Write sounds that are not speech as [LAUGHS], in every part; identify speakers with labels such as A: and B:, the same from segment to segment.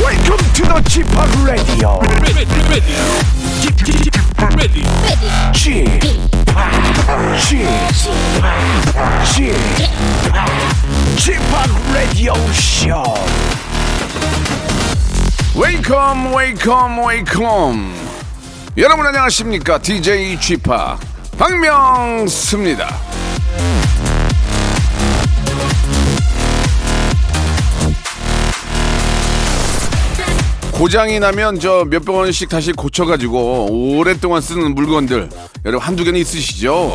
A: Welcome to the g p o p Radio.
B: ready, ready, ready, ready.
A: g p o p g p o p g p o p Radio Show. Welcome, welcome, welcome. 여러분 안녕하십니까? DJ g p o p 박명수입니다. 고장이 나면 저 몇 번씩 다시 고쳐가지고 오랫동안 쓰는 물건들 여러분 한두 개는 있으시죠?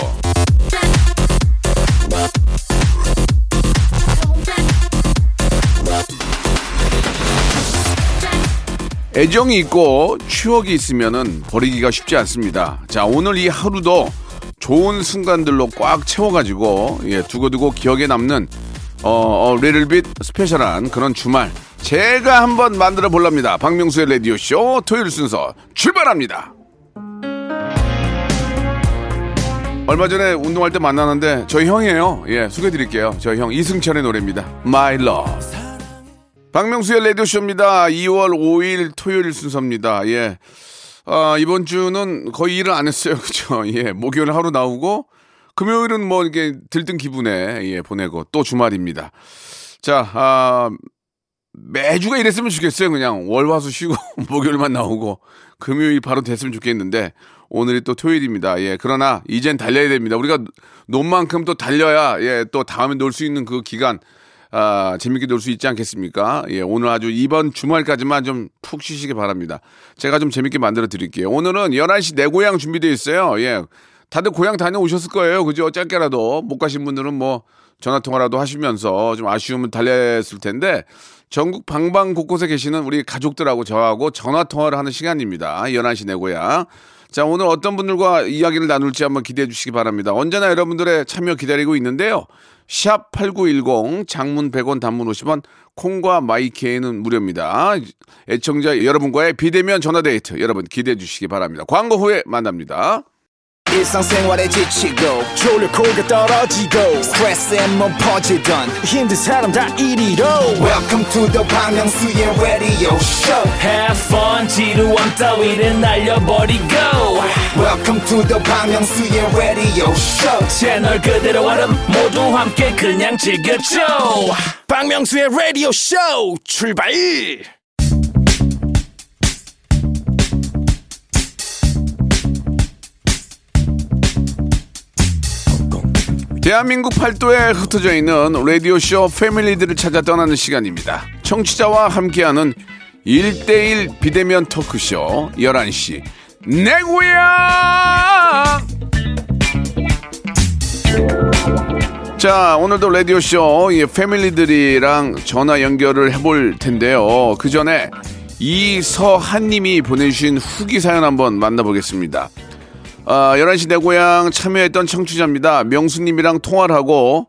A: 애정이 있고 추억이 있으면은 버리기가 쉽지 않습니다. 자 오늘 이 하루도 좋은 순간들로 꽉 채워가지고 예, 두고두고 기억에 남는 어, 어 리틀빛 스페셜한 그런 주말 제가 한번 만들어 볼랍니다. 박명수의 라디오 쇼 토요일 순서 출발합니다. 얼마 전에 운동할 때 만나는데 저희 형이에요. 예, 소개해 드릴게요. 저희 형 이승철의 노래입니다. My Love. 박명수의 라디오쇼입니다. 2월 5일 토요일 순서입니다. 예. 아, 이번 주는 거의 일을 안 했어요. [LAUGHS] 그죠? 예. 목요일 하루 나오고, 금요일은 뭐 이렇게 들뜬 기분에, 예, 보내고, 또 주말입니다. 자, 아, 매주가 이랬으면 좋겠어요. 그냥 월화수 쉬고 [LAUGHS] 목요일만 나오고 금요일 바로 됐으면 좋겠는데 오늘이 또 토요일입니다. 예. 그러나 이젠 달려야 됩니다. 우리가 논 만큼 또 달려야 예, 또 다음에 놀 수 있는 그 기간 아, 재밌게 놀 수 있지 않겠습니까? 예, 오늘 아주 이번 주말까지만 좀 푹 쉬시기 바랍니다. 제가 좀 재밌게 만들어 드릴게요. 오늘은 11시 내 고향 준비되어 있어요. 예. 다들 고향 다녀오셨을 거예요. 그죠? 짧게라도 못 가신 분들은 뭐 전화 통화라도 하시면서 좀 아쉬움을 달랬을 텐데 전국 방방 곳곳에 계시는 우리 가족들하고 저하고 전화 통화를 하는 시간입니다. 11시 내 고향. 자, 오늘 어떤 분들과 이야기를 나눌지 한번 기대해 주시기 바랍니다. 언제나 여러분들의 참여 기다리고 있는데요. 샵 8910 장문 100원 단문 50원 콩과 마이케이는 무료입니다. 애청자 여러분과의 비대면 전화 데이트 여러분 기대해 주시기 바랍니다. 광고 후에 만납니다.
C: 일상생활에 지치고, 졸려 코가 떨어지고, 스트레스에 몸 퍼지던, 힘든 사람 다 이리로. welcome to the Bang Myung-soo's radio show
D: Have fun 지루한 따위를 날려버리고
C: welcome to the Bang Myung-soo's radio show
D: 채널 그대로 얼음 모두 함께 그냥 즐겨줘
C: 박명수의 radio show 출발
A: 대한민국 팔도에 흩어져 있는 라디오쇼 패밀리들을 찾아 떠나는 시간입니다. 청취자와 함께하는 일대일 비대면 토크쇼 11시 내 고향! 자, 오늘도 라디오쇼 예, 패밀리들이랑 전화 연결을 해볼 텐데요. 그 전에 이서한님이 보내주신 후기 사연 한번 만나보겠습니다. 아, 11시 내 고향 참여했던 청취자입니다. 명수님이랑 통화를 하고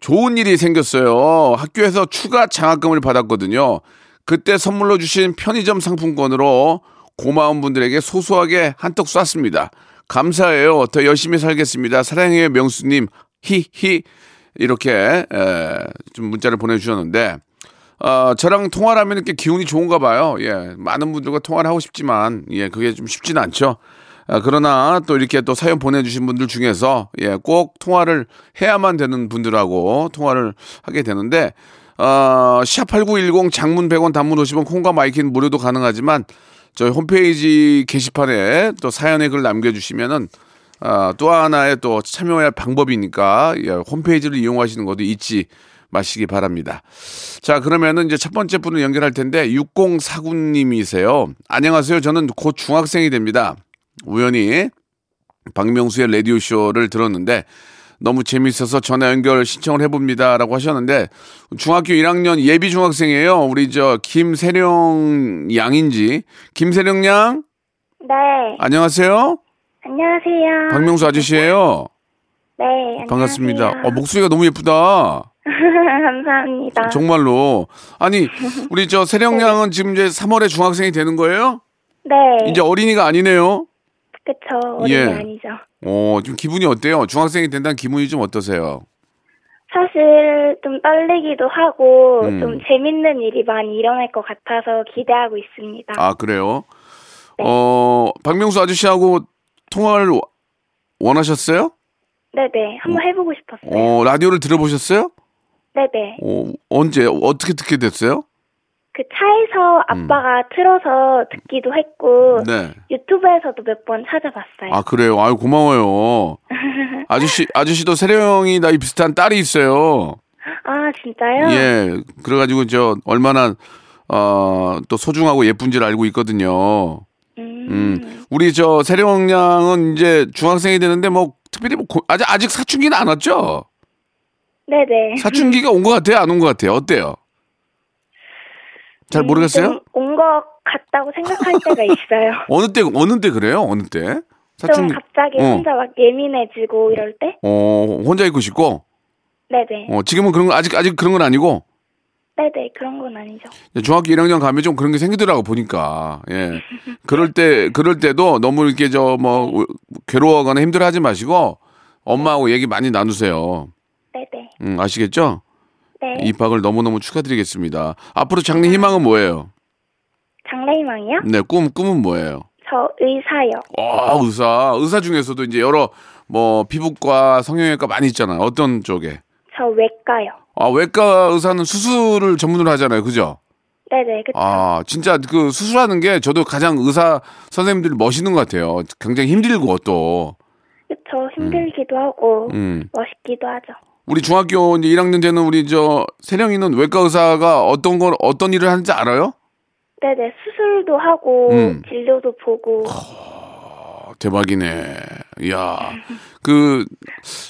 A: 좋은 일이 생겼어요. 학교에서 추가 장학금을 받았거든요. 그때 선물로 주신 편의점 상품권으로 고마운 분들에게 소소하게 한턱 쐈습니다. 감사해요. 더 열심히 살겠습니다. 사랑해요, 명수님. 히히. 이렇게 에, 좀 문자를 보내주셨는데 어, 저랑 통화를 하면 이렇게 기운이 좋은가 봐요. 예. 많은 분들과 통화를 하고 싶지만, 예, 그게 좀 쉽진 않죠. 아, 그러나 또 이렇게 또 사연 보내주신 분들 중에서, 예, 꼭 통화를 해야만 되는 분들하고 통화를 하게 되는데, 어, 샵8910 장문 100원 단문 50원 콩과 마이킹 무료도 가능하지만, 저희 홈페이지 게시판에 또 사연의 글 남겨주시면은 아, 또 하나의 또 참여할 방법이니까 예, 홈페이지를 이용하시는 것도 잊지 마시기 바랍니다. 자, 그러면은 이제 첫 번째 분을 연결할 텐데 6049님이세요. 안녕하세요. 저는 곧 중학생이 됩니다. 우연히 박명수의 라디오 쇼를 들었는데 너무 재밌어서 전화 연결 신청을 해봅니다라고 하셨는데 중학교 1학년 예비 중학생이에요. 우리 저 김세령 양인지 김세령 양
E: 네,
A: 안녕하세요.
E: 안녕하세요.
A: 박명수 아저씨예요.
E: 네, 안녕하세요. [LAUGHS]
A: 반갑습니다. 어, 목소리가 너무 예쁘다.
E: 감사합니다.
A: 정말로. 아니, 우리 저 세령 양은 지금 이제 3월에 중학생이 되는 거예요?
E: 네,
A: 이제 어린이가 아니네요.
E: 그쵸. 어린이
A: 예.
E: 아니죠.
A: 어, 좀 기분이 어때요? 중학생이 된다는 기분이 좀 어떠세요?
E: 사실 좀 떨리기도 하고
A: 음.
E: 좀 재밌는 일이 많이 일어날 것 같아서 기대하고 있습니다.
A: 아 그래요? 어 박명수 아저씨하고 통화를 워- 원하셨어요?
E: 네네, 한번 해보고 싶었어요.
A: 어 라디오를 들어보셨어요?
E: 네네,
A: 어 언제 어떻게 듣게 됐어요?
E: 그 차에서 아빠가 틀어서 듣기도 했고
A: 음. 네.
E: 유튜브에서도 몇 번 찾아봤어요.
A: 아 그래요. 아유 고마워요. 아저씨 아저씨도 세령이 나이 비슷한 딸이 있어요.
E: 아, 진짜요?
A: 예. 그래가지고 저 얼마나 어또 소중하고 예쁜지를 알고 있거든요.
E: 음.
A: 음. 우리 저 세령 양은 이제 중학생이 되는데 뭐 특별히 뭐 고- 아직 아직 사춘기는 안 왔죠?
E: 네네.
A: 사춘기가 온 것 같아요, 안 온 것 같아요? 어때요? 잘
E: 음,
A: 모르겠어요?
E: 온 것
A: [LAUGHS]
E: 같다고 생각할 때가 있어요.
A: 어느 때 어느 때 그래요? 어느 때?
E: 좀
A: 사춘기.
E: 갑자기
A: 어.
E: 혼자 막 예민해지고 이럴 때?
A: 어 혼자 있고 싶고.
E: 네네.
A: 어 지금은 그런 건 아직 아직 그런 건 아니고.
E: 네네, 그런 건 아니죠.
A: 이제 중학교 1학년 가면 좀 그런 게 생기더라고 보니까 예 그럴 때 그럴 때도 너무 이렇게 저 뭐 괴로워하거나 힘들어하지 마시고 엄마하고 얘기 많이 나누세요
E: 네네.
A: 음 아시겠죠
E: 네.
A: 입학을 너무너무 축하드리겠습니다 앞으로 장래 희망은 뭐예요
E: 장래희망이요?
A: 네 꿈 꿈은 뭐예요
E: 저 의사요.
A: 아 의사 의사 중에서도 이제 여러 뭐 피부과 성형외과 많이 있잖아 어떤 쪽에
E: 저 외과요.
A: 아 외과 의사는 수술을 전문으로 하잖아요 그죠
E: 네네, 그쵸.
A: 아, 진짜 그 수술하는 게 저도 가장 의사 선생님들이 멋있는 것 같아요. 굉장히 힘들고 또.
E: 그쵸, 힘들기도 하고,
A: 음.
E: 멋있기도 하죠.
A: 우리 중학교 이제 1학년 되는 우리 저 세령이는 외과 의사가 어떤 걸 어떤 일을 하는지 알아요?
E: 네네, 수술도 하고,
A: 음.
E: 진료도 보고,
A: 아, 대박이네. 이야. 그,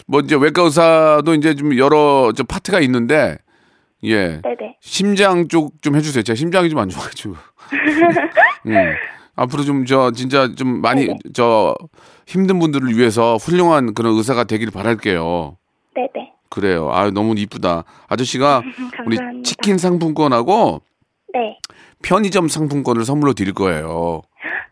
A: 뭐 이제 외과 의사도 이제 좀 여러 저 파트가 있는데, 예.
E: 네네.
A: 심장 쪽 좀 해주세요. 제가 심장이 좀 안
E: [LAUGHS]
A: 좋아가지고. 음. 앞으로 좀 저 진짜 좀
E: 네,
A: 많이 저 힘든 분들을 위해서 훌륭한 그런 의사가 되길 바랄게요.
E: 네네.
A: 그래요. 아유 너무 이쁘다.
E: [LAUGHS]
A: 아저씨가 우리
E: 감사합니다.
A: 치킨 상품권하고
E: 네.
A: 편의점 상품권을 선물로 드릴 거예요.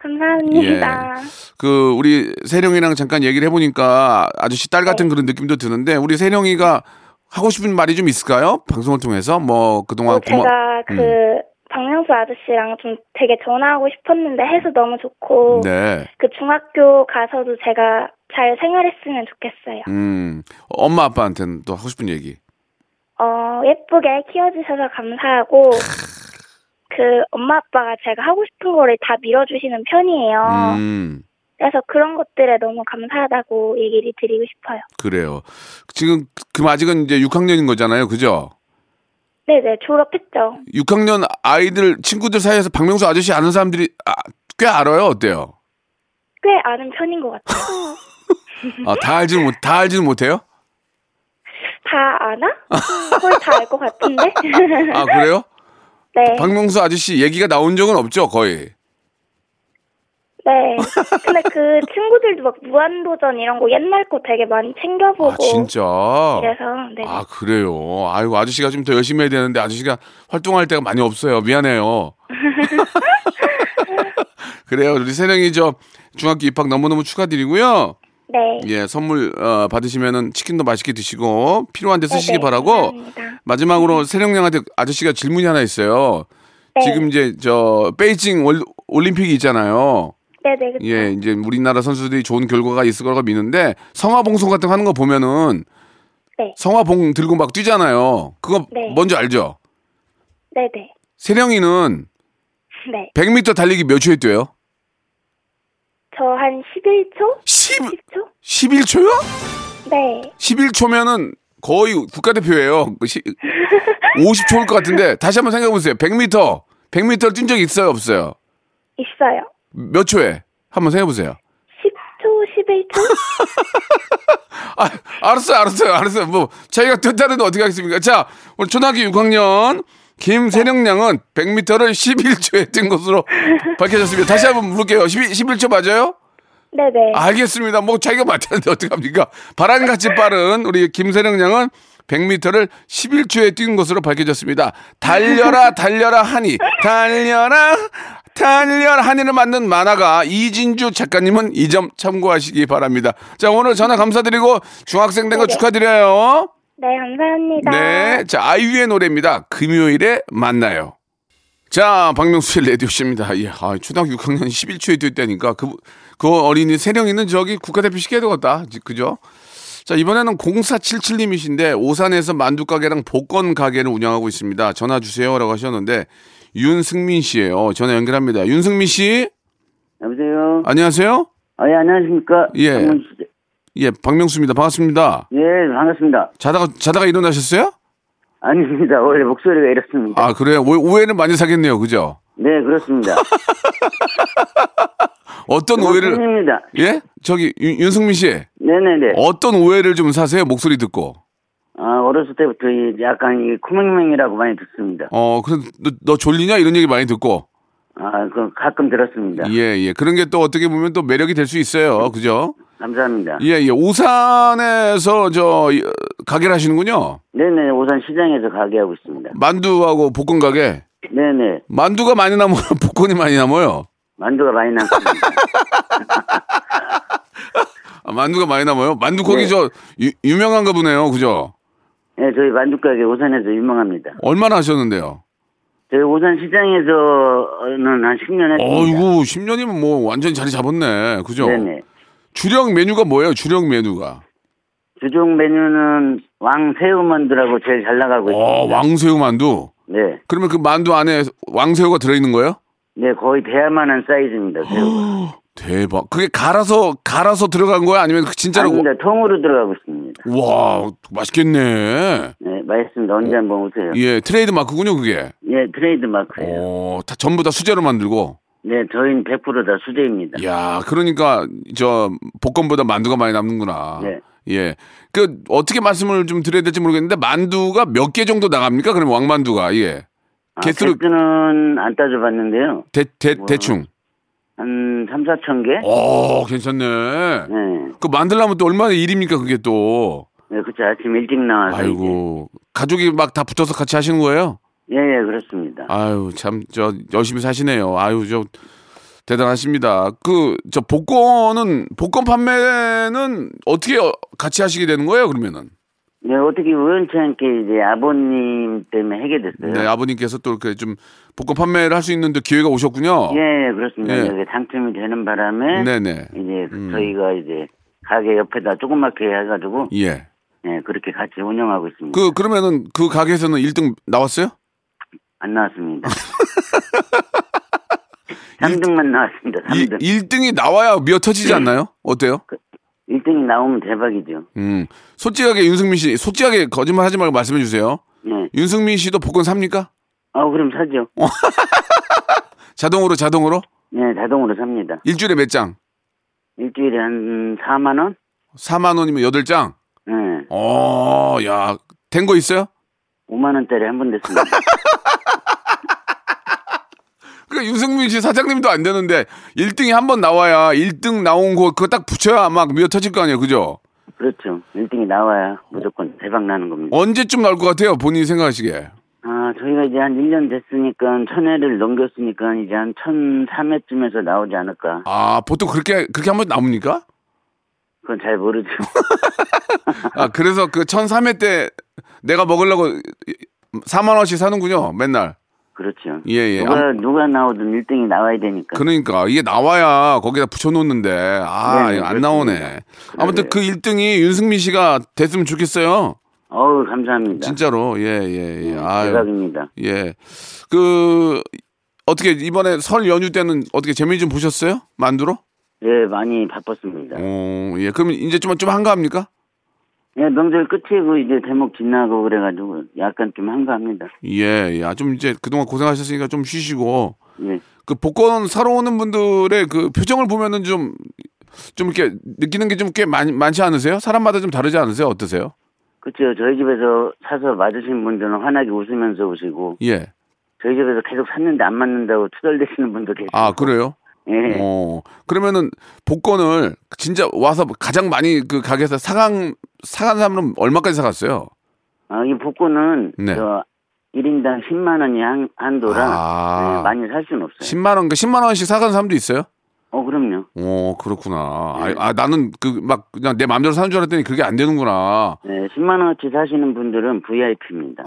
E: 감사합니다.
A: 그 우리 세령이랑 잠깐 얘기를 해보니까 아저씨 딸
E: 어.
A: 같은 그런 느낌도 드는데 우리 세령이가 하고 싶은 말이 좀 있을까요? 방송을 통해서 뭐 그동안
E: 어,
A: 고마. 음.
E: 제가 그, 박명수 아저씨랑 좀 되게 전화하고 싶었는데 해서 너무 좋고,
A: 네.
E: 그 중학교 가서도 제가 잘 생활했으면 좋겠어요.
A: 음, 엄마 아빠한테는 또 하고 싶은 얘기.
E: 어, 예쁘게 키워주셔서 감사하고, 그 엄마 아빠가 제가 하고 싶은 거를 다 밀어주시는 편이에요.
A: 음,
E: 그래서 그런 것들에 너무 감사하다고 얘기를 드리고 싶어요.
A: 그래요. 지금 그 아직은 이제 6학년인 거잖아요, 그죠?
E: 네네, 졸업했죠.
A: 6학년 아이들 친구들 사이에서 박명수 아저씨 아는 사람들이 아, 꽤 알아요, 어때요?
E: 꽤 아는 편인 것
A: [LAUGHS]
E: 같아요.
A: 아, 다 알지는 못, 다 알지는 못해요?
E: 다 아나? 거의 다 알 것 같은데? [LAUGHS]
A: 아, 그래요?
E: 네.
A: 박명수 아저씨 얘기가 나온 적은 없죠, 거의.
E: 네. 근데 그 친구들도 막 무한도전 이런 거 옛날 거 되게 많이 챙겨보고.
A: 아, 진짜.
E: 그래서, 네.
A: 아, 그래요. 아이고, 아저씨가 좀 더 열심히 해야 되는데, 아저씨가 활동할 때가 많이 없어요.
E: [LAUGHS]
A: 미안해요. 그래요. 우리 세령이 저 중학교 입학 너무너무 축하드리고요.
E: 네.
A: 예, 선물 어, 받으시면은 치킨도 맛있게 드시고 필요한 데 쓰시기
E: 네네,
A: 바라고
E: 감사합니다.
A: 마지막으로 세령 양한테 아저씨가 질문이 하나 있어요.
E: 네.
A: 지금 이제 저 베이징 올, 올림픽이 있잖아요.
E: 네네, 그쵸.
A: 예, 이제 우리나라 선수들이 좋은 결과가 있을 거라고 믿는데 성화봉송 같은 거 하는 거 보면은
E: 네.
A: 성화봉 들고 막 뛰잖아요. 그거
E: 네.
A: 뭔지 알죠?
E: 네네.
A: 세령이는
E: 네.
A: 100m 달리기 몇 초에 뛰어요?
E: 저 한 11초?
A: 10
E: 10초?
A: 11초요?
E: 네.
A: 11초면은 거의 국가대표예요. 그 50초일 것 같은데 다시 한번 생각해 보세요. 100m, 100m를 뛴 적이 있어요, 없어요?
E: 있어요.
A: 몇 초에? 한번 생각해 보세요.
E: 10초, 11초?
A: 아, 알았어요, 알았어요, 알았어요. 뭐 자기가 뛰었다는데 어떻게 하겠습니까? 자, 오늘 초등학교 6학년 김세령 양은 100m를 11초에 뛴 것으로 밝혀졌습니다. 다시 한번 물을게요. 11, 11초 맞아요?
E: 네네.
A: 알겠습니다. 뭐 자기가 맞췄는데 어떡합니까? 바람같이 빠른 우리 김세령 양은 100m를 11초에 뛴 것으로 밝혀졌습니다. 달려라 달려라 하니 달려라 달려라 하니를 만든 만화가 이진주 작가님은 이 점 참고하시기 바랍니다. 자 오늘 전화 감사드리고 중학생 된 거 축하드려요.
E: 네, 감사합니다.
A: 네. 자, 아이유의 노래입니다. 금요일에 만나요. 자, 박명수의 레디오씨입니다. 예, 아, 초등학교 6학년 11초에 뛰었다니까. 그, 그 어린이 세령이는 저기 국가대표 시켜야 되겠다. 지- 그죠? 자, 이번에는 0477님이신데, 오산에서 만두가게랑 복권 가게를 운영하고 있습니다. 전화 주세요. 라고 하셨는데, 윤승민 씨예요 전화 연결합니다. 윤승민 씨,
F: 여보세요.
A: 안녕하세요?
F: 아, 예, 안녕하십니까.
A: 예.
F: 박명수 씨.
A: 예, 박명수입니다. 반갑습니다.
F: 예, 반갑습니다.
A: 자다가, 자다가 일어나셨어요?
F: 아닙니다. 원래 목소리가 이렇습니다.
A: 아, 그래요? 오- 오해는 많이 사겠네요. 그죠?
F: 네,
A: [LAUGHS]
F: 그렇습니다.
A: 어떤
F: 음,
A: 오해를.
F: 선생님입니다.
A: 예? 저기 윤, 윤승민 씨
F: 네네네.
A: 어떤 오해를 좀 사세요 목소리 듣고
F: 아, 어렸을 때부터 이 약간 이 코맹맹이라고 많이 듣습니다.
A: 어 그럼 너, 너 졸리냐 이런 얘기 많이 듣고
F: 아, 그 가끔 들었습니다.
A: 예예 그런 게 또 어떻게 보면 또 매력이 될 수 있어요 그죠
F: 감사합니다.
A: 예예 오산에서 저 이, 어, 가게를 하시는군요
F: 네네, 오산 시장에서 가게 하고 있습니다.
A: 만두하고 볶음 가게
F: 네네,
A: 만두가 많이 남아요 [LAUGHS] 볶음이 많이 남아요
F: 만두가
A: [LAUGHS]
F: 많이 남습니다.
A: 아, 만두가 많이 남아요 만두 거기
F: 네.
A: 저 유, 유명한가 보네요 그죠
F: 네, 저희 만두 가게 오산에서 유명합니다.
A: 얼마나 하셨는데요
F: 저희 오산 시장에서는 한 10년 했습니다.
A: 어이구 10년이면 뭐 완전 자리 잡았네 그죠
F: 네. 네네.
A: 주력 메뉴가 뭐예요 주력 메뉴가
F: 주종 메뉴는 왕새우 만두라고 제일 잘 나가고
A: 어,
F: 있습니다.
A: 왕새우 만두.
F: 네,
A: 그러면 그 만두 안에 왕새우가 들어있는 거예요?
F: 네 거의 대야만한 사이즈입니다. 새우가.
A: 대박. 그게 갈아서 갈아서 들어간 거야? 아니면 그 진짜로?
F: 아닙니다. 통으로 들어가고 있습니다.
A: 와, 맛있겠네.
F: 네, 맛있습니다. 언제 한번 오세요.
A: 예, 트레이드 마크군요 그게.
F: 네, 트레이드 마크예요.
A: 어, 다 전부 다 수제로 만들고.
F: 네, 저희는 100%다 수제입니다.
A: 야, 그러니까 저 볶음보다 만두가 많이 남는구나.
F: 네.
A: 예, 그 어떻게 말씀을 좀 드려야 될지 모르겠는데 만두가 몇 개 정도 나갑니까? 그럼 왕만두가 예,
F: 아,
A: 개수를-
F: 개수는 안 따져봤는데요.
A: 대, 대, 대충.
F: 한 3, 4천 개?
A: 어, 괜찮네.
F: 네,
A: 그 만들려면 또 얼마나 일입니까 그게 또.
F: 네, 그쵸. 아침 일찍 나와서.
A: 아이고 가족이 막 다 붙어서 같이 하시는 거예요?
F: 이제- 예, 예, 그렇습니다.
A: 아유 참 저 열심히 사시네요. 아유 저 대단하십니다. 그 저 복권은 복권 판매는 어떻게 어- 같이 하시게 되는 거예요? 그러면은
F: 네, 어떻게 우연치 않게 이제 아버님 때문에 하게 됐어요.
A: 네 아버님께서 또 이렇게 좀 복권 판매를 할 수 있는 또 기회가 오셨군요.
F: 예, 예, 그렇습니다.
A: 예.
F: 이렇게 당첨이 되는 바람에.
A: 네네 음.
F: 이제 저희가 이제 가게 옆에다 조그맣게 해가지고
A: 예.
F: 예, 그렇게 같이 운영하고 있습니다.
A: 그 그러면은 그 가게에서는 1등 나왔어요?
F: 안
A: [LAUGHS]
F: 나왔습니다. 3등만 나왔습니다. 예. 그
A: 이
F: 3등.
A: 1등이 나와야 미어 터지지 않나요? 어때요?
F: 1등이 나오면 대박이죠.
A: 음 솔직하게 윤승민 씨 솔직하게 거짓말 하지 말고 말씀해 주세요.
F: 예.
A: 윤승민 씨도 복권 삽니까?
F: 아, 그럼 사죠.
A: 자동으로 자동으로
F: 예, 자동으로 삽니다.
A: 일주일에 몇 장?
F: 일주일에 한 4만 원?
A: 4만 원이면 8장.
F: 예.
A: 어, 야, 된 거 있어요?
F: 5만 원짜리 한 번 됐습니다.
A: [LAUGHS] 그러니까 윤승민 씨 사장님도 안 되는데 1등이 한 번 나와야 1등 나온 거 그거 딱 붙여야 막 미어 터질 거 아니에요. 그죠?
F: 그렇죠. 1등이 나와야 무조건 대박 나는
A: 어?
F: 겁니다.
A: 언제쯤 나올 것 같아요? 본인이 생각하시기에.
F: 아, 저희가 이제 한 1년 됐으니까 천 회를 넘겼으니까 이제 한 1003회쯤에서 나오지 않을까.
A: 아, 보통 그렇게 그렇게 한 번 나옵니까?
F: 그건 잘
A: [LAUGHS]
F: 모르죠.
A: 아, 그래서 그 1003회 때 내가 먹으려고 4만 원씩 사는군요. 맨날.
F: 그렇죠.
A: 예, 예.
F: 누가, 누가 나오든 1등이 나와야 되니까.
A: 그러니까 이게 나와야 거기다 붙여놓는데 아
F: 네,
A: 이거 안
F: 그렇습니다.
A: 나오네. 아무튼 그
F: 그러네요.
A: 1등이 윤승민 씨가 됐으면 좋겠어요.
F: 어우, 감사합니다.
A: 진짜로 예예 예. 아유
F: 음, 대박입니다.
A: 예. 그 어떻게 이번에 설 연휴 때는 어떻게 재미 좀 보셨어요? 만두로?
F: 예, 많이 바빴습니다.
A: 어, 예. 그럼 이제 좀 좀 한가합니까?
F: 예, 명절 끝이고 이제 대목 지나고 그래가지고 약간 좀 한가합니다.
A: 예, 예. 아, 좀 이제 그동안 고생하셨으니까 좀 쉬시고
F: 예.
A: 그 복권 사러 오는 분들의 그 표정을 보면은 좀 좀 이렇게 느끼는 게 좀 꽤 많지 않으세요? 사람마다 좀 다르지 않으세요? 어떠세요?
F: 그쵸. 저희 집에서 사서 맞으신 분들은 환하게 웃으면서 오시고,
A: 예.
F: 저희 집에서 계속 샀는데 안 맞는다고 투덜대시는 분도 계시고.
A: 아 그래요?
F: 예.
A: 어 그러면은 복권을 진짜 와서 가장 많이 그 가게에서 사간 사간 사람은 얼마까지 사갔어요?
F: 아, 이 복권은,
A: 네.
F: 저, 1인당 10만원이 한, 한도라,
A: 아.
F: 예, 많이 살 순 없어요.
A: 10만 원, 그 10만 원씩 사간 사람도 있어요?
F: 어, 그럼요.
A: 오, 그렇구나.
F: 네.
A: 아, 아, 나는 그 막 그냥 내 마음대로 사는 줄 알았더니 그게 안 되는구나.
F: 네, 10만 원어치 사시는 분들은
A: [LAUGHS]
F: VIP입니다.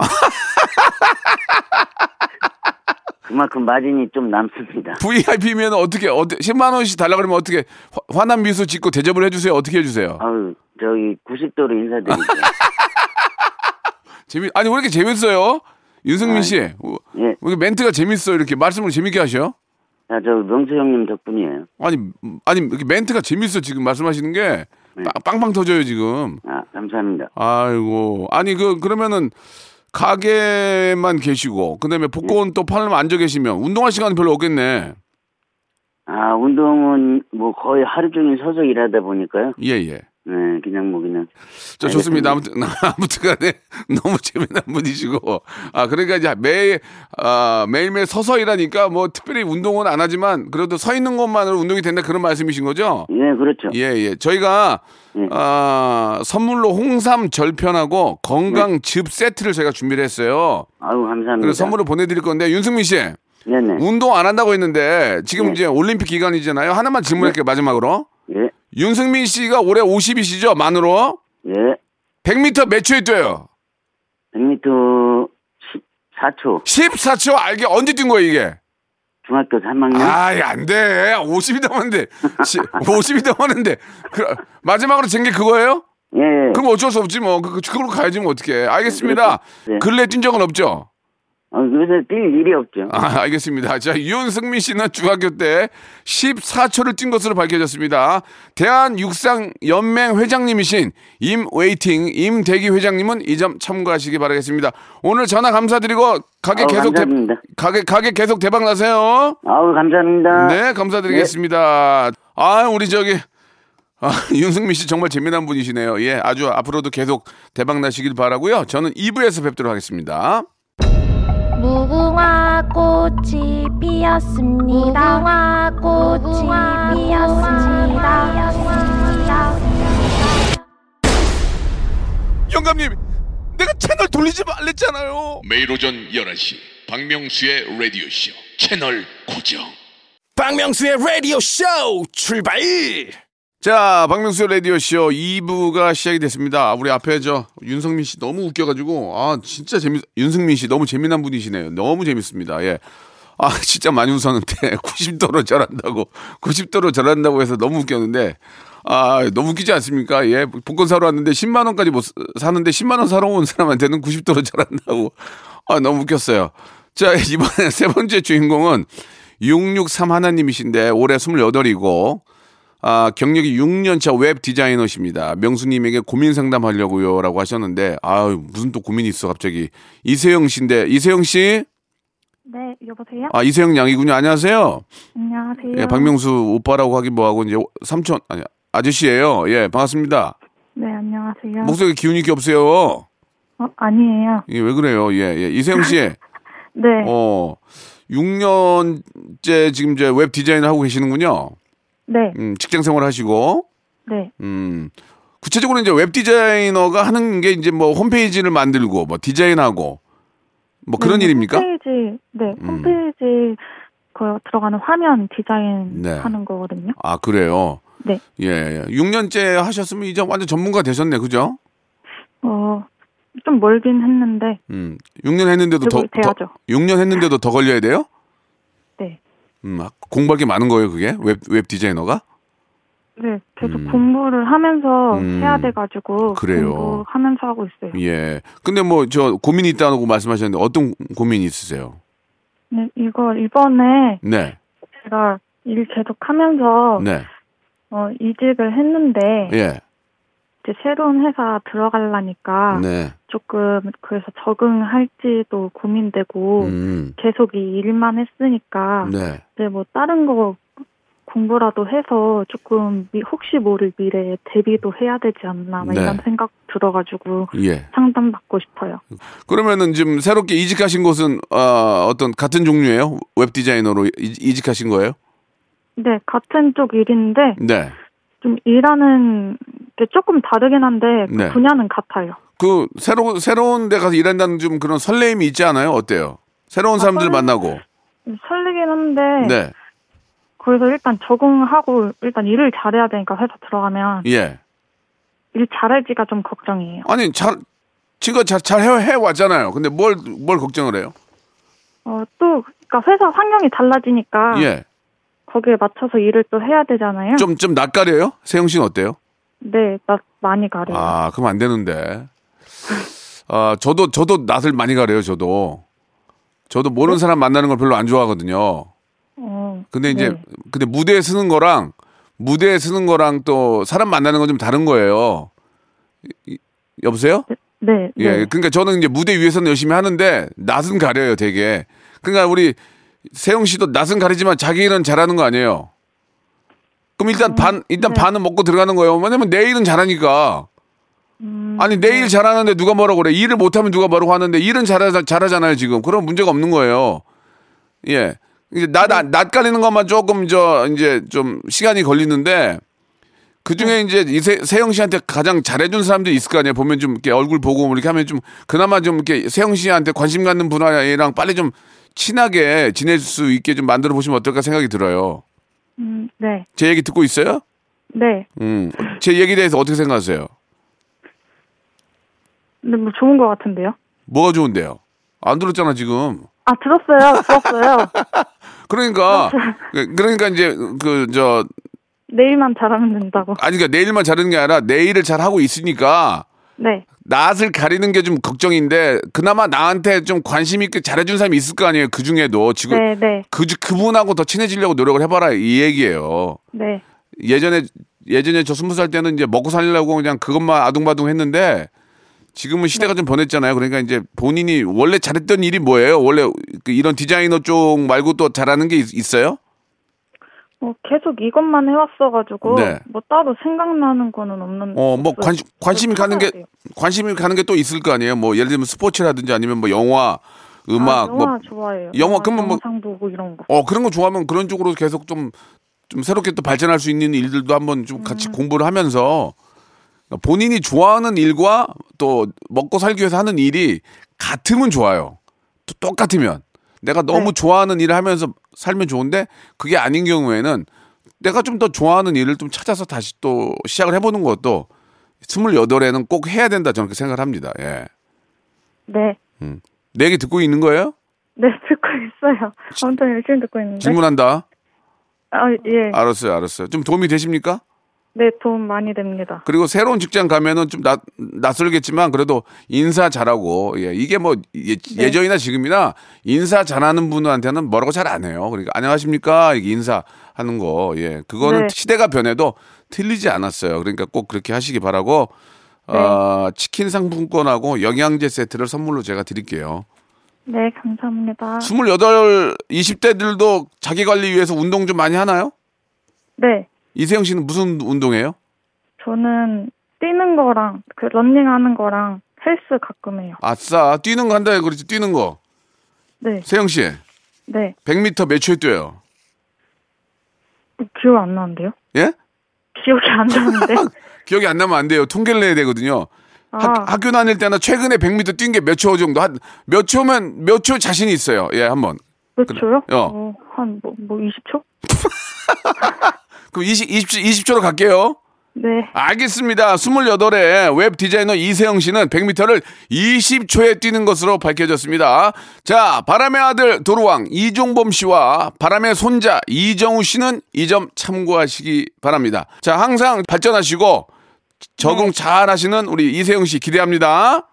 F: 그만큼 마진이 좀 남습니다.
A: VIP면 어떻게 어 10만 원씩 달라 그러면 어떻게 화- 환한 미소 짓고 대접을 해 주세요. 어떻게 해 주세요?
F: 아유, 저기 90도로 인사드리죠.
A: [LAUGHS] 재미 아니 왜 이렇게 재밌어요? 윤승민
F: 아이,
A: 씨. 우-
F: 예.
A: 왜 이렇게 멘트가 재밌어요. 이렇게 말씀을 재밌게 하셔?
F: 아, 저 명수 형님 덕분이에요.
A: 아니 음, 아니 이렇게 멘트가 재밌어 지금 말씀하시는 게 빵- 빵빵 터져요, 지금.
F: 아, 감사합니다.
A: 아이고. 아니 그 그러면은 가게만 계시고 그다음에 복권 또 팔면 앉아 계시면 운동할 시간 별로 없겠네.
F: 아, 운동은 뭐 거의 하루 종일 서서 일하다 보니까요.
A: 예, 예.
F: 네, 그냥 뭐 그냥.
A: 자, 좋습니다. 아무튼, [LAUGHS] 아무튼간에 너무 재미난 분이시고. 아, 그러니까 이제 매일, 아, 매일매일 서서 일하니까 뭐 특별히 운동은 안 하지만 그래도 서 있는 것만으로 운동이 된다 그런 말씀이신 거죠?
F: 예, 그렇죠.
A: 예, 예. 저희가,
F: 예.
A: 아, 선물로 홍삼 절편하고
F: 네.
A: 건강즙 세트를 제가 준비를 했어요.
F: 아유, 감사합니다.
A: 그래서 선물을 보내드릴 건데, 윤승민 씨,
F: 네네.
A: 운동 안 한다고 했는데 지금
F: 네.
A: 이제 올림픽 기간이잖아요. 하나만 질문할게요, 마지막으로.
F: 예,
A: 윤승민 씨가 올해 50이시죠? 만으로?
F: 예.
A: 100m 몇 초에 뛰어요?
F: 100m 14초.
A: 14초 알게 언제 뛴 거예요 이게?
F: 중학교 3학년.
A: 아이 안돼 50이 넘었는데 50이 넘었는데 그, 마지막으로 잰 게 그거예요?
F: 예.
A: 그럼 어쩔 수 없지 뭐 그, 그걸로 가야지 뭐 어떻게 알겠습니다
F: 네.
A: 근래 뛴 적은 없죠?
F: 어, 그래서 뛸 일이 없죠.
A: 아, 알겠습니다. 자, 윤승민 씨는 중학교 때 14초를 뛴 것으로 밝혀졌습니다. 대한육상연맹 회장님이신 임웨이팅, 임대기 회장님은 이 점 참고하시기 바라겠습니다. 오늘 전화 감사드리고, 가게
F: 아우,
A: 계속, 대,
F: 감사합니다.
A: 가게, 가게 계속 대박 나세요.
F: 아우, 감사합니다.
A: 네, 감사드리겠습니다. 아, 우리 저기. 아, [LAUGHS] 윤승민 씨 정말 재미난 분이시네요. 예, 아주 앞으로도 계속 대박 나시길 바라고요. 저는 2부에서 뵙도록 하겠습니다.
G: 무궁화 꽃이 피었습니다. 무궁화 꽃이 피었습니다.
A: 영감님, 내가 채널 돌리지 말랬잖아요.
B: 매일 오전 11시 박명수의 라디오쇼 채널 고정
D: 박명수의 라디오 쇼 출발
A: 자, 박명수 라디오 쇼 2부가 시작이 됐습니다. 우리 앞에 저 윤성민 씨 너무 웃겨가지고 아 진짜 재미 윤성민 씨 너무 재미난 분이시네요. 너무 재밌습니다. 예. 아 [LAUGHS] 진짜 많이 웃었는데 [LAUGHS] 90도로 절한다고 90도로 절한다고 해서 너무 웃겼는데 아 너무 웃기지 않습니까? 예 복권 사러 왔는데 10만 원까지 못 사- 사는데 10만 원 사러 온 사람한테는 90도로 절한다고 아 너무 웃겼어요. 자 이번에 [LAUGHS] 세 번째 주인공은 663 하나님이신데 올해 28이고 아, 경력이 6년차 웹 디자이너십니다. 명수님에게 고민 상담하려고요. 라고 하셨는데, 아유, 무슨 또 고민이 있어, 갑자기. 이세영 씨인데, 이세영 씨?
E: 네, 여보세요?
A: 아, 이세영 양이군요. 안녕하세요.
E: 안녕하세요.
A: 예, 박명수 오빠라고 하긴 뭐하고, 이제 삼촌, 아니, 아저씨예요 예, 반갑습니다.
E: 네, 안녕하세요.
A: 목소리 기운이 이렇게 없어요.
E: 어, 아니에요.
A: 예, 왜 그래요? 예, 예. 이세영 씨,
E: 네,
A: 어, 6년째 지금 이제 웹 디자이너 하고 계시는군요.
E: 네,
A: 음, 직장 생활 하시고,
E: 네,
A: 음. 구체적으로 이제 웹 디자이너가 하는 게 이제 뭐 홈페이지를 만들고 뭐 디자인하고 뭐 그런
E: 네,
A: 일입니까? 음,
E: 홈페이지, 네, 홈페이지 그 들어가는 화면 디자인
A: 네.
E: 하는 거거든요.
A: 아 그래요.
E: 네.
A: 예, 예. 6년째 하셨으면 이제 완전 전문가 되셨네, 그죠?
E: 어, 좀 멀긴 했는데,
A: 음, 6년 했는데도 더,
E: 결국 돼야죠.
A: 6년 했는데도 더 걸려야 돼요?
E: 네,
A: 음, 아, 공부할 게 많은 거예요, 그게 웹 웹 디자이너가?
E: 네, 계속
A: 음.
E: 공부를 하면서
A: 음.
E: 해야 돼가지고
A: 그래요.
E: 공부하면서 하고 있어요.
A: 예. 근데 뭐 저 고민이 있다고 말씀하셨는데 어떤 고민이 있으세요?
E: 네, 이거 이번에
A: 네,
E: 제가 일 계속 하면서
A: 네,
E: 어, 이직을 했는데
A: 예,
E: 이제 새로운 회사 들어가려니까
A: 네,
E: 조금 그래서 적응할지도 고민되고
A: 음,
E: 계속 이 일만 했으니까
A: 네.
E: 이제 뭐 다른 거 공부라도 해서 조금 미- 혹시 모를 미래에 대비도 해야 되지 않나 막
A: 네.
E: 이런 생각 들어가지고
A: 예.
E: 상담 받고 싶어요.
A: 그러면은 지금 새롭게 이직하신 곳은 어, 어떤 같은 종류예요? 웹 디자이너로 이- 이직하신 거예요?
E: 네 같은 쪽 일인데
A: 네.
E: 좀 일하는 게 조금 다르긴 한데 그
A: 네.
E: 분야는 같아요.
A: 그 새로 새로운 데 가서 일한다는 좀 그런 설레임이 있지 않아요? 어때요? 새로운 사람들
E: 설레-
A: 만나고.
E: 설레긴 한데
A: 네.
H: 거기서 일단 적응하고 일단 일을 잘해야 되니까 회사 들어가면
A: 예.
H: 일 잘할지가 좀 걱정이에요.
A: 아니 잘 지금 잘잘해 왔잖아요. 근데 뭘 뭘 걱정을 해요?
H: 어 또 그러니까 회사 환경이 달라지니까
A: 예.
H: 거기에 맞춰서 일을 또 해야 되잖아요.
A: 좀 좀 낯가려요? 세영 씨는 어때요?
H: 네, 나 많이 가려요.
A: 아, 그럼 안 되는데. 아, 저도 저도 낯을 많이 가려요. 저도 저도 모르는 사람 만나는 걸 별로 안 좋아하거든요.
H: 어,
A: 근데 이제
H: 네.
A: 근데 무대에 쓰는 거랑 무대에 쓰는 거랑 또 사람 만나는 건 좀 다른 거예요. 이- 여보세요?
H: 네, 네.
A: 예. 그러니까 저는 이제 무대 위에서는 열심히 하는데 낯은 가려요, 되게. 그러니까 우리 세영 씨도 낯은 가리지만 자기 일은 잘하는 거 아니에요. 그럼 일단 반 일단 반은 먹고 들어가는 거예요. 왜냐면 내 일은 잘하니까. 아니 내 일 잘하는데 누가 뭐라고 그래? 일을 못하면 누가 뭐라고 하는데 일은 잘하, 잘하잖아요 지금. 그런 문제가 없는 거예요. 예. 이제 낯낯 가리는 것만 조금 저 이제 좀 시간이 걸리는데 그 중에 이제 이세, 세영 씨한테 가장 잘해준 사람들이 있을 거 아니에요. 보면 좀 이렇게 얼굴 보고 뭐 이렇게 하면 좀 그나마 좀 이렇게 세영 씨한테 관심 갖는 분야랑 빨리 좀 친하게 지낼 수 있게 좀 만들어 보시면 어떨까 생각이 들어요.
H: 음, 네.
A: 제 얘기 듣고 있어요?
H: 네.
A: 음. 제 얘기에 대해서 어떻게 생각하세요?
H: 근데 뭐 좋은 것 같은데요?
A: 뭐가 좋은데요? 안 들었잖아 지금.
H: 아, 들었어요.
A: [LAUGHS]
H: 들었어요.
A: 그러니까 그러니까 이제 그 저
H: 내일만 잘하면 된다고.
A: 아니 그러니까 내일만 자르는 게 아니라 내일을 잘 하고 있으니까
H: 네.
A: 낯을 가리는 게 좀 걱정인데 그나마 나한테 좀 관심 있게 잘해준 사람이 있을 거 아니에요 그 중에도 지금
H: 네, 네.
A: 그 주- 그분하고 더 친해지려고 노력을 해봐라 이 얘기예요.
H: 네.
A: 예전에 예전에 저 스무 살 때는 이제 먹고 살려고 그냥 그것만 아둥바둥 했는데
H: 네.
A: 지금은 시대가 좀 변했잖아요. 그러니까 이제 본인이 원래 잘했던 일이 뭐예요? 원래 그 이런 디자이너 쪽 말고 또 잘하는 게 있, 있어요?
H: 뭐 계속 이것만 해왔어 가지고
A: 네.
H: 뭐 따로 생각나는 거는 없는데.
A: 어, 뭐
H: 그렇죠.
A: 관심 관심이 가는 게 관심이 가는 게 또 있을 거 아니에요. 뭐 예를 들면 스포츠라든지 아니면 뭐 영화,
H: 아,
A: 음악,
H: 영화
A: 뭐
H: 좋아해요.
A: 영화 그러면 뭐-
H: 영상 보고 이런 거.
A: 어 그런 거 좋아하면 그런 쪽으로 계속 좀 좀 새롭게 또 발전할 수 있는 일들도 한번 좀 같이 공부를 하면서 본인이 좋아하는 일과 또 먹고 살기 위해서 하는 일이 같으면 좋아요. 또 똑같으면 내가 너무
H: 네.
A: 좋아하는 일을 하면서 살면 좋은데 그게 아닌 경우에는 내가 좀 더 좋아하는 일을 좀 찾아서 다시 또 시작을 해보는 것도 28에는 꼭 해야 된다 저는 그렇게 생각을 합니다. 예.
H: 네.
A: 내 얘기 듣고 있는 거예요?
H: 네, [LAUGHS] 듣고 있어요. 엄청 열심히 듣고 있는데.
A: 질문한다.
H: 아, 예.
A: 알았어요, 알았어요. 좀 도움이 되십니까?
H: 네, 도움 많이 됩니다.
A: 그리고 새로운 직장 가면은 좀 낯, 낯설겠지만 그래도 인사 잘하고 예, 이게 뭐 예, 전이나 지금이나 인사 잘하는 분한테는 뭐라고 잘 안 해요. 그러니까 안녕하십니까 이렇게 인사하는 거 예, 그거는
H: 네.
A: 시대가 변해도 틀리지 않았어요. 그러니까 꼭 그렇게 하시기 바라고 아, 치킨 상품권하고 영양제 세트를 선물로 제가 드릴게요.
H: 네, 감사합니다.
A: 28, 20대들도 자기 관리 위해서 운동 좀 많이 하나요?
H: 네.
A: 이세영 씨는 무슨 운동해요?
H: 저는 뛰는 거랑 그 런닝 하는 거랑 헬스 가끔 해요.
A: 아싸 뛰는 거 한다 그렇지 뛰는 거
H: 네.
A: 세영 씨
H: 네.
A: 100m 몇 초에 뛰어요?
H: 뭐 기억 안 나는데요?
A: 예?
H: 기억이 안 나는데.
A: 기억이 안 나면 안 돼요. 통계를 내야 되거든요. 학,
H: 아,
A: 학교 다닐 때나 최근에 100m 뛴 게 몇 초 정도 한 몇 초면 몇 초 자신 이 있어요. 예, 한번.
H: 몇
A: 그래.
H: 초요?
A: 어.
H: 그렇죠? 한 뭐, 뭐 20초?
A: 그럼 20 20 20초로 갈게요.
H: 네.
A: 알겠습니다. 28에 웹 디자이너 이세영 씨는 100m를 20초에 뛰는 것으로 밝혀졌습니다. 자, 바람의 아들 도루왕 이종범 씨와 바람의 손자 이정우 씨는 이 점 참고하시기 바랍니다. 자, 항상 발전하시고 적응 잘 하시는 우리 이세영 씨 기대합니다.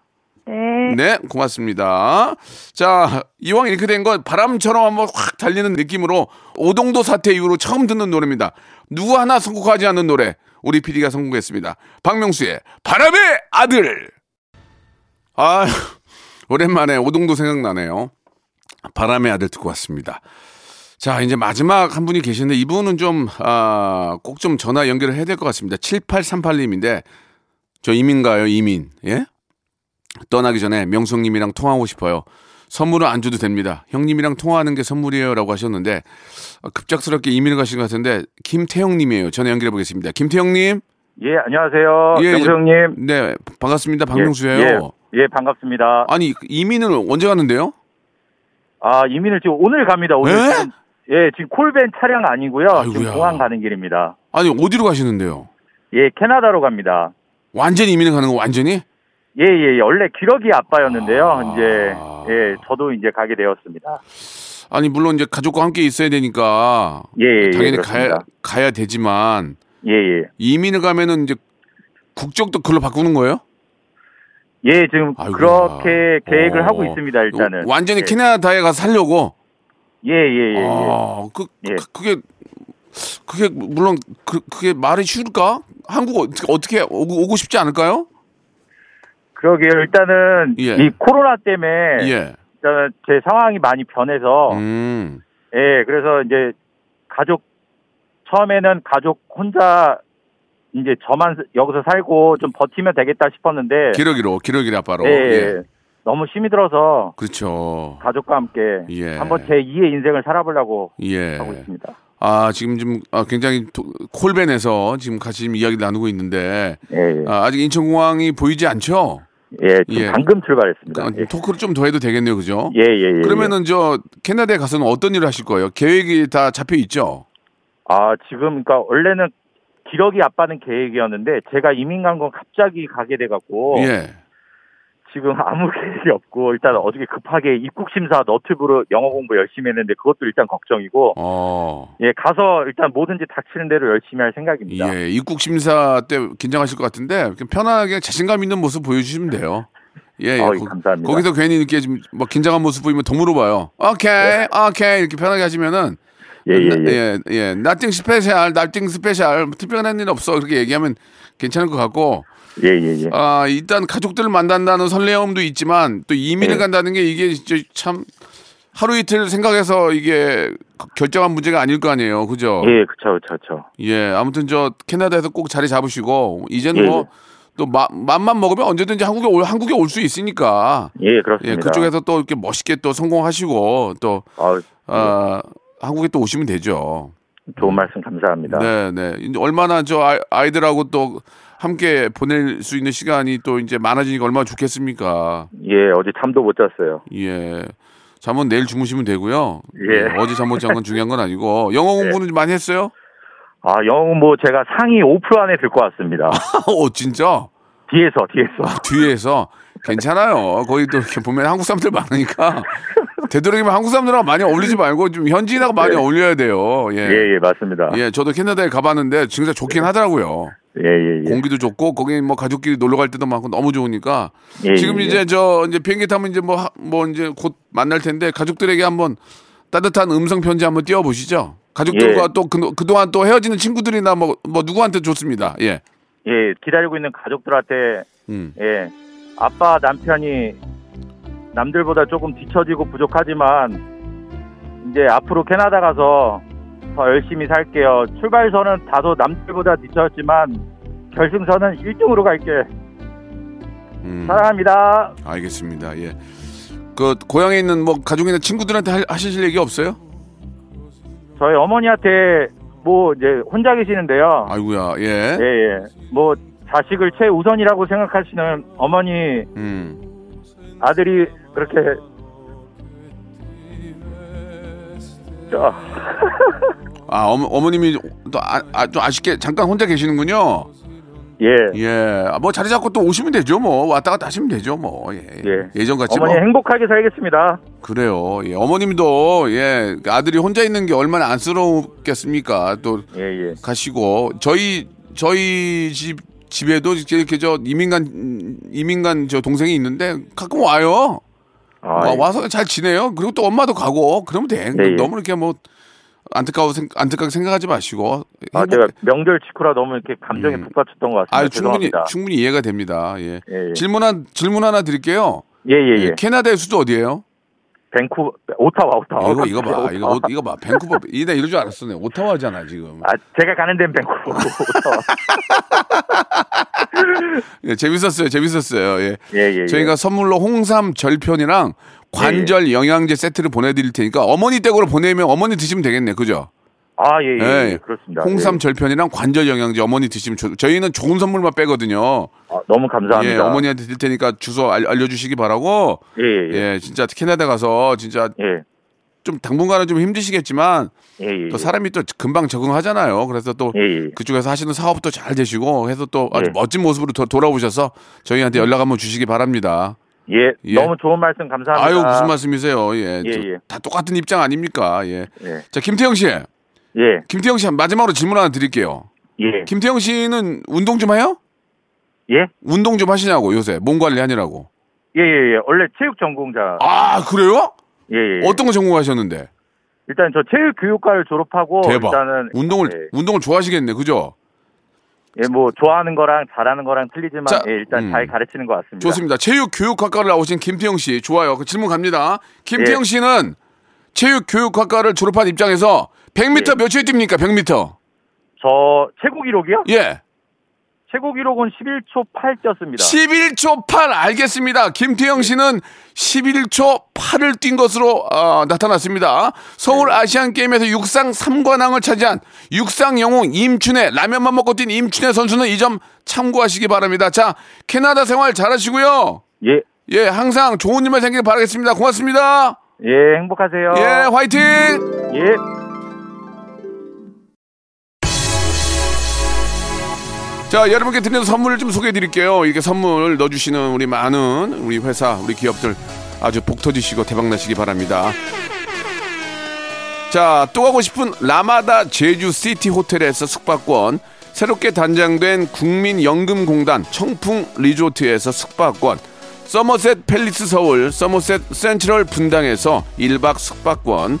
H: 네.
A: 네, 고맙습니다. 자, 이왕 이렇게 된 건 바람처럼 한번 확 달리는 느낌으로 오동도 사태 이후로 처음 듣는 노래입니다. 누구 하나 선곡하지 않는 노래. 우리 PD가 선곡했습니다. 박명수의 바람의 아들. 아, 오랜만에 오동도 생각나네요. 바람의 아들 듣고 왔습니다. 자, 이제 마지막 한 분이 계시는데 이분은 좀, 아, 꼭 좀 전화 연결을 해야 될 것 같습니다. 7838님인데 저 이민 가요, 이민. 예? 떠나기 전에 명성님이랑 통화하고 싶어요. 선물은 안 줘도 됩니다. 형님이랑 통화하는 게 선물이에요라고 하셨는데 어, 급작스럽게 이민을 가신 것 같은데 김태형님이에요. 전화 연결해 보겠습니다. 김태형님,
I: 예, 안녕하세요.
A: 예,
I: 명수 형님.
A: 네 반갑습니다.
I: 예,
A: 박명수예요.
I: 예, 예, 반갑습니다.
A: 아니 이민을 언제 가는데요?
I: 아, 이민을 지금 오늘 갑니다. 오늘
A: 에?
I: 지금 예, 지금 콜벤 차량 아니고요. 지금
A: 아이고야.
I: 공항 가는 길입니다.
A: 아니 어디로 가시는데요?
I: 예, 캐나다로 갑니다.
A: 완전히 이민을 가는 거 완전히?
I: 예, 예, 예. 원래 기러기 아빠였는데요.
A: 아.
I: 이제 예, 저도 이제 가게 되었습니다.
A: 아니 물론 이제 가족과 함께 있어야 되니까
I: 예, 예, 예,
A: 아, 당연히 가야,
I: 그렇습니다.
A: 가야 되지만
I: 예, 예.
A: 이민을 가면은 이제 국적도 글로 바꾸는 거예요?
I: 예, 지금
A: 아이고야.
I: 그렇게 계획을
A: 어.
I: 하고 있습니다. 일단은
A: 완전히
I: 예.
A: 캐나다에 가서 살려고.
I: 예, 예, 예. 예.
A: 아, 그,
I: 예.
A: 그- 그게 그게 물론 그, 그게 말이 쉬울까? 한국 어떻게, 어떻게 오고, 오고 싶지 않을까요?
I: 그러게요. 일단은
A: 예.
I: 이 코로나 때문에
A: 예.
I: 일단은 제 상황이 많이 변해서
A: 음.
I: 예, 그래서 이제 가족 처음에는 가족 혼자 이제 저만 여기서 살고 좀 버티면 되겠다 싶었는데
A: 기러기로 기러기로 아빠로.
I: 예,
A: 예.
I: 너무 힘이 들어서
A: 그렇죠.
I: 가족과 함께
A: 예.
I: 한번 제 2의 인생을 살아보려고
A: 예.
I: 하고 있습니다.
A: 아 지금 좀 아, 굉장히 도- 콜벤에서 지금 같이 지금 이야기 나누고 있는데
I: 예, 예.
A: 아, 아직 인천공항이 보이지 않죠?
I: 예, 지금
A: 예.
I: 방금 출발했습니다.
A: 아,
I: 예.
A: 토크를 좀 더 해도 되겠네요, 그죠?
I: 예, 예, 예.
A: 그러면은 저 캐나다에 가서는 어떤 일을 하실 거예요? 계획이 다 잡혀 있죠?
I: 아, 지금 그러니까 원래는 기러기 아빠는 계획이었는데 제가 이민 간 건 갑자기 가게 돼 갖고
A: 예.
I: 지금 아무 [LAUGHS] 계획이 없고 일단 어저께 급하게 입국 심사 너튜브로 영어 공부 열심히 했는데 그것도 일단 걱정이고
A: 어.
I: 예 가서 일단 뭐든지 닥치는 대로 열심히 할 생각입니다.
A: 예. 입국 심사 때 긴장하실 것 같은데 그냥 편하게 자신감 있는 모습 보여주시면 돼요. 예, 예.
I: 어이, 감사합니다.
A: 거기서 괜히 이렇게 지금 막 긴장한 모습 보이면 더 물어봐요. 오케이, 오케이 이렇게 편하게 하시면은
I: 네. 예 예 예.
A: 예, 예. nothing special, nothing special. 뭐 특별한 일 없어. 그렇게 얘기하면 괜찮을 것 같고.
I: 예, 예, 예.
A: 아, 일단 가족들을 만난다는 설레움도 있지만 또 이민을
I: 예.
A: 간다는 게 이게 진짜 참 하루 이틀 생각해서 이게 결정한 문제가 아닐 거 아니에요. 그죠?
I: 예, 그쵸, 그쵸, 그쵸.
A: 예, 아무튼 저 캐나다에서 꼭 자리 잡으시고 이제는
I: 예.
A: 뭐 또 맘만 먹으면 언제든지 한국에 올 한국에 올 수 있으니까
I: 예,
A: 예,
I: 그렇습니다.
A: 그쪽에서 또 이렇게 멋있게 또 성공하시고 또
I: 아,
A: 아, 한국에 또 오시면 되죠. 음.
I: 좋은 말씀 감사합니다.
A: 네, 네. 이제 얼마나 저 아이- 아이들하고 또 함께 보낼 수 있는 시간이 또 이제 많아지니까 얼마나 좋겠습니까?
I: 예, 어제 잠도 못 잤어요.
A: 예. 잠은 내일 주무시면 되고요.
I: 예. 네.
A: 어제 잠 못 잔 건 중요한 건 아니고 영어 공부는 많이 했어요? [LAUGHS]
I: 아, 영어 뭐 제가 상위 5% 안에
A: [LAUGHS]
I: 들고 왔습니다.
A: 어, 진짜?
I: 뒤에서, 뒤에서.
A: 뒤에서 괜찮아요. 거기 또 이렇게 보면 한국 사람들 많으니까 되도록이면 한국 사람들하고 많이 어울리지 말고 좀 현지인하고 많이
I: 네.
A: 어울려야 돼요. 예.
I: 예, 예, 맞습니다.
A: 예, 저도 캐나다에 가봤는데 진짜 좋긴 하더라고요.
I: 예, 예, 예.
A: 공기도 좋고 거기 뭐 가족끼리 놀러 갈 때도 많고 너무 좋으니까
I: 예,
A: 지금
I: 예, 예.
A: 이제 저 이제 비행기 타면 이제 뭐 뭐 이제 곧 만날 텐데 가족들에게 한번 따뜻한 음성 편지 한번 띄워 보시죠. 가족들과
I: 예.
A: 또 그, 그동안 또 헤어지는 친구들이나 뭐 뭐 누구한테 좋습니다. 예.
I: 예, 기다리고 있는 가족들한테
A: 음.
I: 예. 아빠 남편이 남들보다 조금 뒤처지고 부족하지만 이제 앞으로 캐나다 가서 더 열심히 살게요. 출발선은 다소 남들보다 뒤처졌지만 결승선은 1등으로 갈게.
A: 음.
I: 사랑합니다.
A: 알겠습니다. 예. 그 고향에 있는 뭐 가족이나 친구들한테 하, 하실 얘기 없어요?
I: 저희 어머니한테 뭐 이제 혼자 계시는데요.
A: 아이고야. 예.
I: 예, 예. 뭐 자식을 최우선이라고 생각하시는 어머니
A: 음.
I: 아들이 그렇게 저
A: 아 어머 어머님이 또 아, 아, 좀 아쉽게 잠깐 혼자 계시는군요.
I: 예.
A: 예. 아, 뭐 자리 잡고 또 오시면 되죠. 뭐 왔다 갔다 하시면 되죠. 뭐 예.
I: 예.
A: 예전 같이
I: 어머니
A: 뭐
I: 행복하게 살겠습니다.
A: 그래요. 예. 어머님도 예 아들이 혼자 있는 게 얼마나 안쓰럽겠습니까. 또
I: 예, 예.
A: 가시고 저희 저희 집 집에도 이렇게 저 이민간 이민간 저 동생이 있는데 가끔 와요.
I: 아,
A: 와, 서잘 지내요. 그리고 또 엄마도 가고 그러면 돼.
I: 네, 예.
A: 너무 이렇게 뭐 안타까워 생- 안타깝게 생각하지 마시고.
I: 아, 제가 명절 직후라 너무 이렇게 감정이
A: 음.
I: 북받쳤던 것 같습니다.
A: 아유, 충분히
I: 죄송합니다.
A: 충분히 이해가 됩니다. 예.
I: 예, 예.
A: 질문 한 질문 하나 드릴게요.
I: 예, 예, 예.
A: 캐나다의 수도 어디예요?
I: 밴쿠 오타와 오타와.
A: 이거 이거 봐.
I: 오타와.
A: 이거 옷- 이거 봐. 밴쿠버. 이나 이럴 줄 알았어. 내 오타와잖아, 지금.
I: 아, 제가 가는 데는 밴쿠 오타와.
A: 예, 재밌었어요. 재밌었어요. 예.
I: 예, 예, 예.
A: 저희가 선물로 홍삼 절편이랑 관절 영양제 세트를 보내 드릴 테니까 어머니 댁으로 보내면 어머니 드시면 되겠네. 그죠?
I: 아, 예, 예,
A: 예.
I: 예. 그렇습니다.
A: 홍삼
I: 예.
A: 절편이랑 관절 영양제 어머니 드시면 좋- 저희는 좋은 선물만 빼거든요.
I: 아, 너무 감사합니다.
A: 예, 어머니한테 드릴 테니까 주소 알, 려주시기 바라고.
I: 예, 예.
A: 예, 진짜 캐나다 가서 진짜
I: 예.
A: 좀 당분간은 좀 힘드시겠지만
I: 예, 예.
A: 또 사람이 또 금방 적응하잖아요. 그래서 또
I: 예, 예.
A: 그쪽에서 하시는 사업도 잘 되시고 해서 또 아주
I: 예.
A: 멋진 모습으로 더 돌아오셔서 저희한테 연락 한번 주시기 바랍니다.
I: 예,
A: 예.
I: 너무 좋은 말씀 감사합니다.
A: 아유 무슨 말씀이세요? 예,
I: 예,
A: 저-
I: 예.
A: 다 똑같은 입장 아닙니까? 예.
I: 예,
A: 자 김태형 씨,
I: 예,
A: 김태형 씨 마지막으로 질문 하나 드릴게요.
I: 예,
A: 김태형 씨는 운동 좀 해요?
I: 예,
A: 운동 좀 하시냐고 요새 몸 관리하느라고.
I: 예, 예, 예. 원래 체육 전공자.
A: 아 그래요?
I: 예, 예.
A: 어떤 거 전공하셨는데?
I: 일단 저 체육 교육과를 졸업하고
A: 대박.
I: 뭐 일단은
A: 운동을 운동을 좋아하시겠네, 그죠?
I: 예, 예, 뭐 좋아하는 거랑 잘하는 거랑 틀리지만
A: 자,
I: 예, 일단
A: 음.
I: 잘 가르치는 것 같습니다.
A: 좋습니다. 체육 교육학과를 나오신 김태형 씨 좋아요. 그 질문 갑니다. 김태형
I: 예.
A: 씨는 체육 교육학과를 졸업한 입장에서 100m
I: 예.
A: 몇초에 뜁니까? 100m.
I: 저 최고 기록이요?
A: 예.
I: 최고 기록은 11초 8였습니다. 네.
A: 11초 8 알겠습니다. 김태형 씨는 11초 8을 뛴 것으로 어, 나타났습니다. 서울
I: 네.
A: 아시안 게임에서 육상 3관왕을 차지한 육상 영웅 임춘혜 라면만 먹고 뛴 임춘혜 선수는 이 점 참고하시기 바랍니다. 자, 캐나다 생활 잘하시고요.
I: 예,
A: 예, 항상 좋은 일만 생기길 바라겠습니다. 고맙습니다.
I: 예, 행복하세요.
A: 예, 화이팅!
I: 예.
A: 자, 여러분께 드리는 선물을 좀 소개해 드릴게요. 이렇게 선물 넣어주시는 우리 많은 우리 회사, 우리 기업들 아주 복 터지시고 대박나시기 바랍니다. 자, 또 가고 싶은 라마다 제주 시티 호텔에서 숙박권, 새롭게 단장된 국민연금공단 청풍 리조트에서 숙박권, 서머셋 팰리스 서울, 서머셋 센트럴 분당에서 1박 숙박권,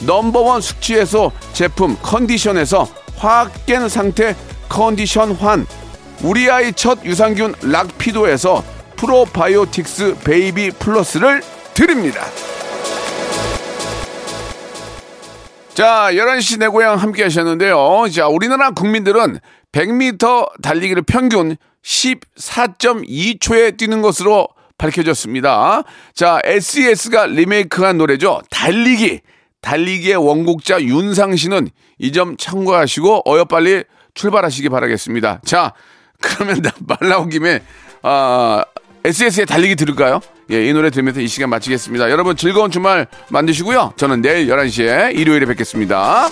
A: 넘버원 숙취해소 제품 컨디션에서 화학 깬 상태 컨디션 환 우리 아이 첫 유산균 락피도에서 프로바이오틱스 베이비 플러스를 드립니다. 자, 11시 내 고향 함께 하셨는데요. 자, 우리나라 국민들은 100m 달리기를 평균 14.2초에 뛰는 것으로 밝혀졌습니다. 자, SES가 리메이크한 노래죠. 달리기. 달리기의 원곡자 윤상 씨는 이 점 참고하시고 어여빨리 출발하시기 바라겠습니다. 자, [LAUGHS] 그러면 나 말 나온 김에 아, SS의 달리기 들을까요? 예, 이 노래 들으면서 이 시간 마치겠습니다. 여러분 즐거운 주말 만드시고요. 저는 내일 11시에 일요일에 뵙겠습니다.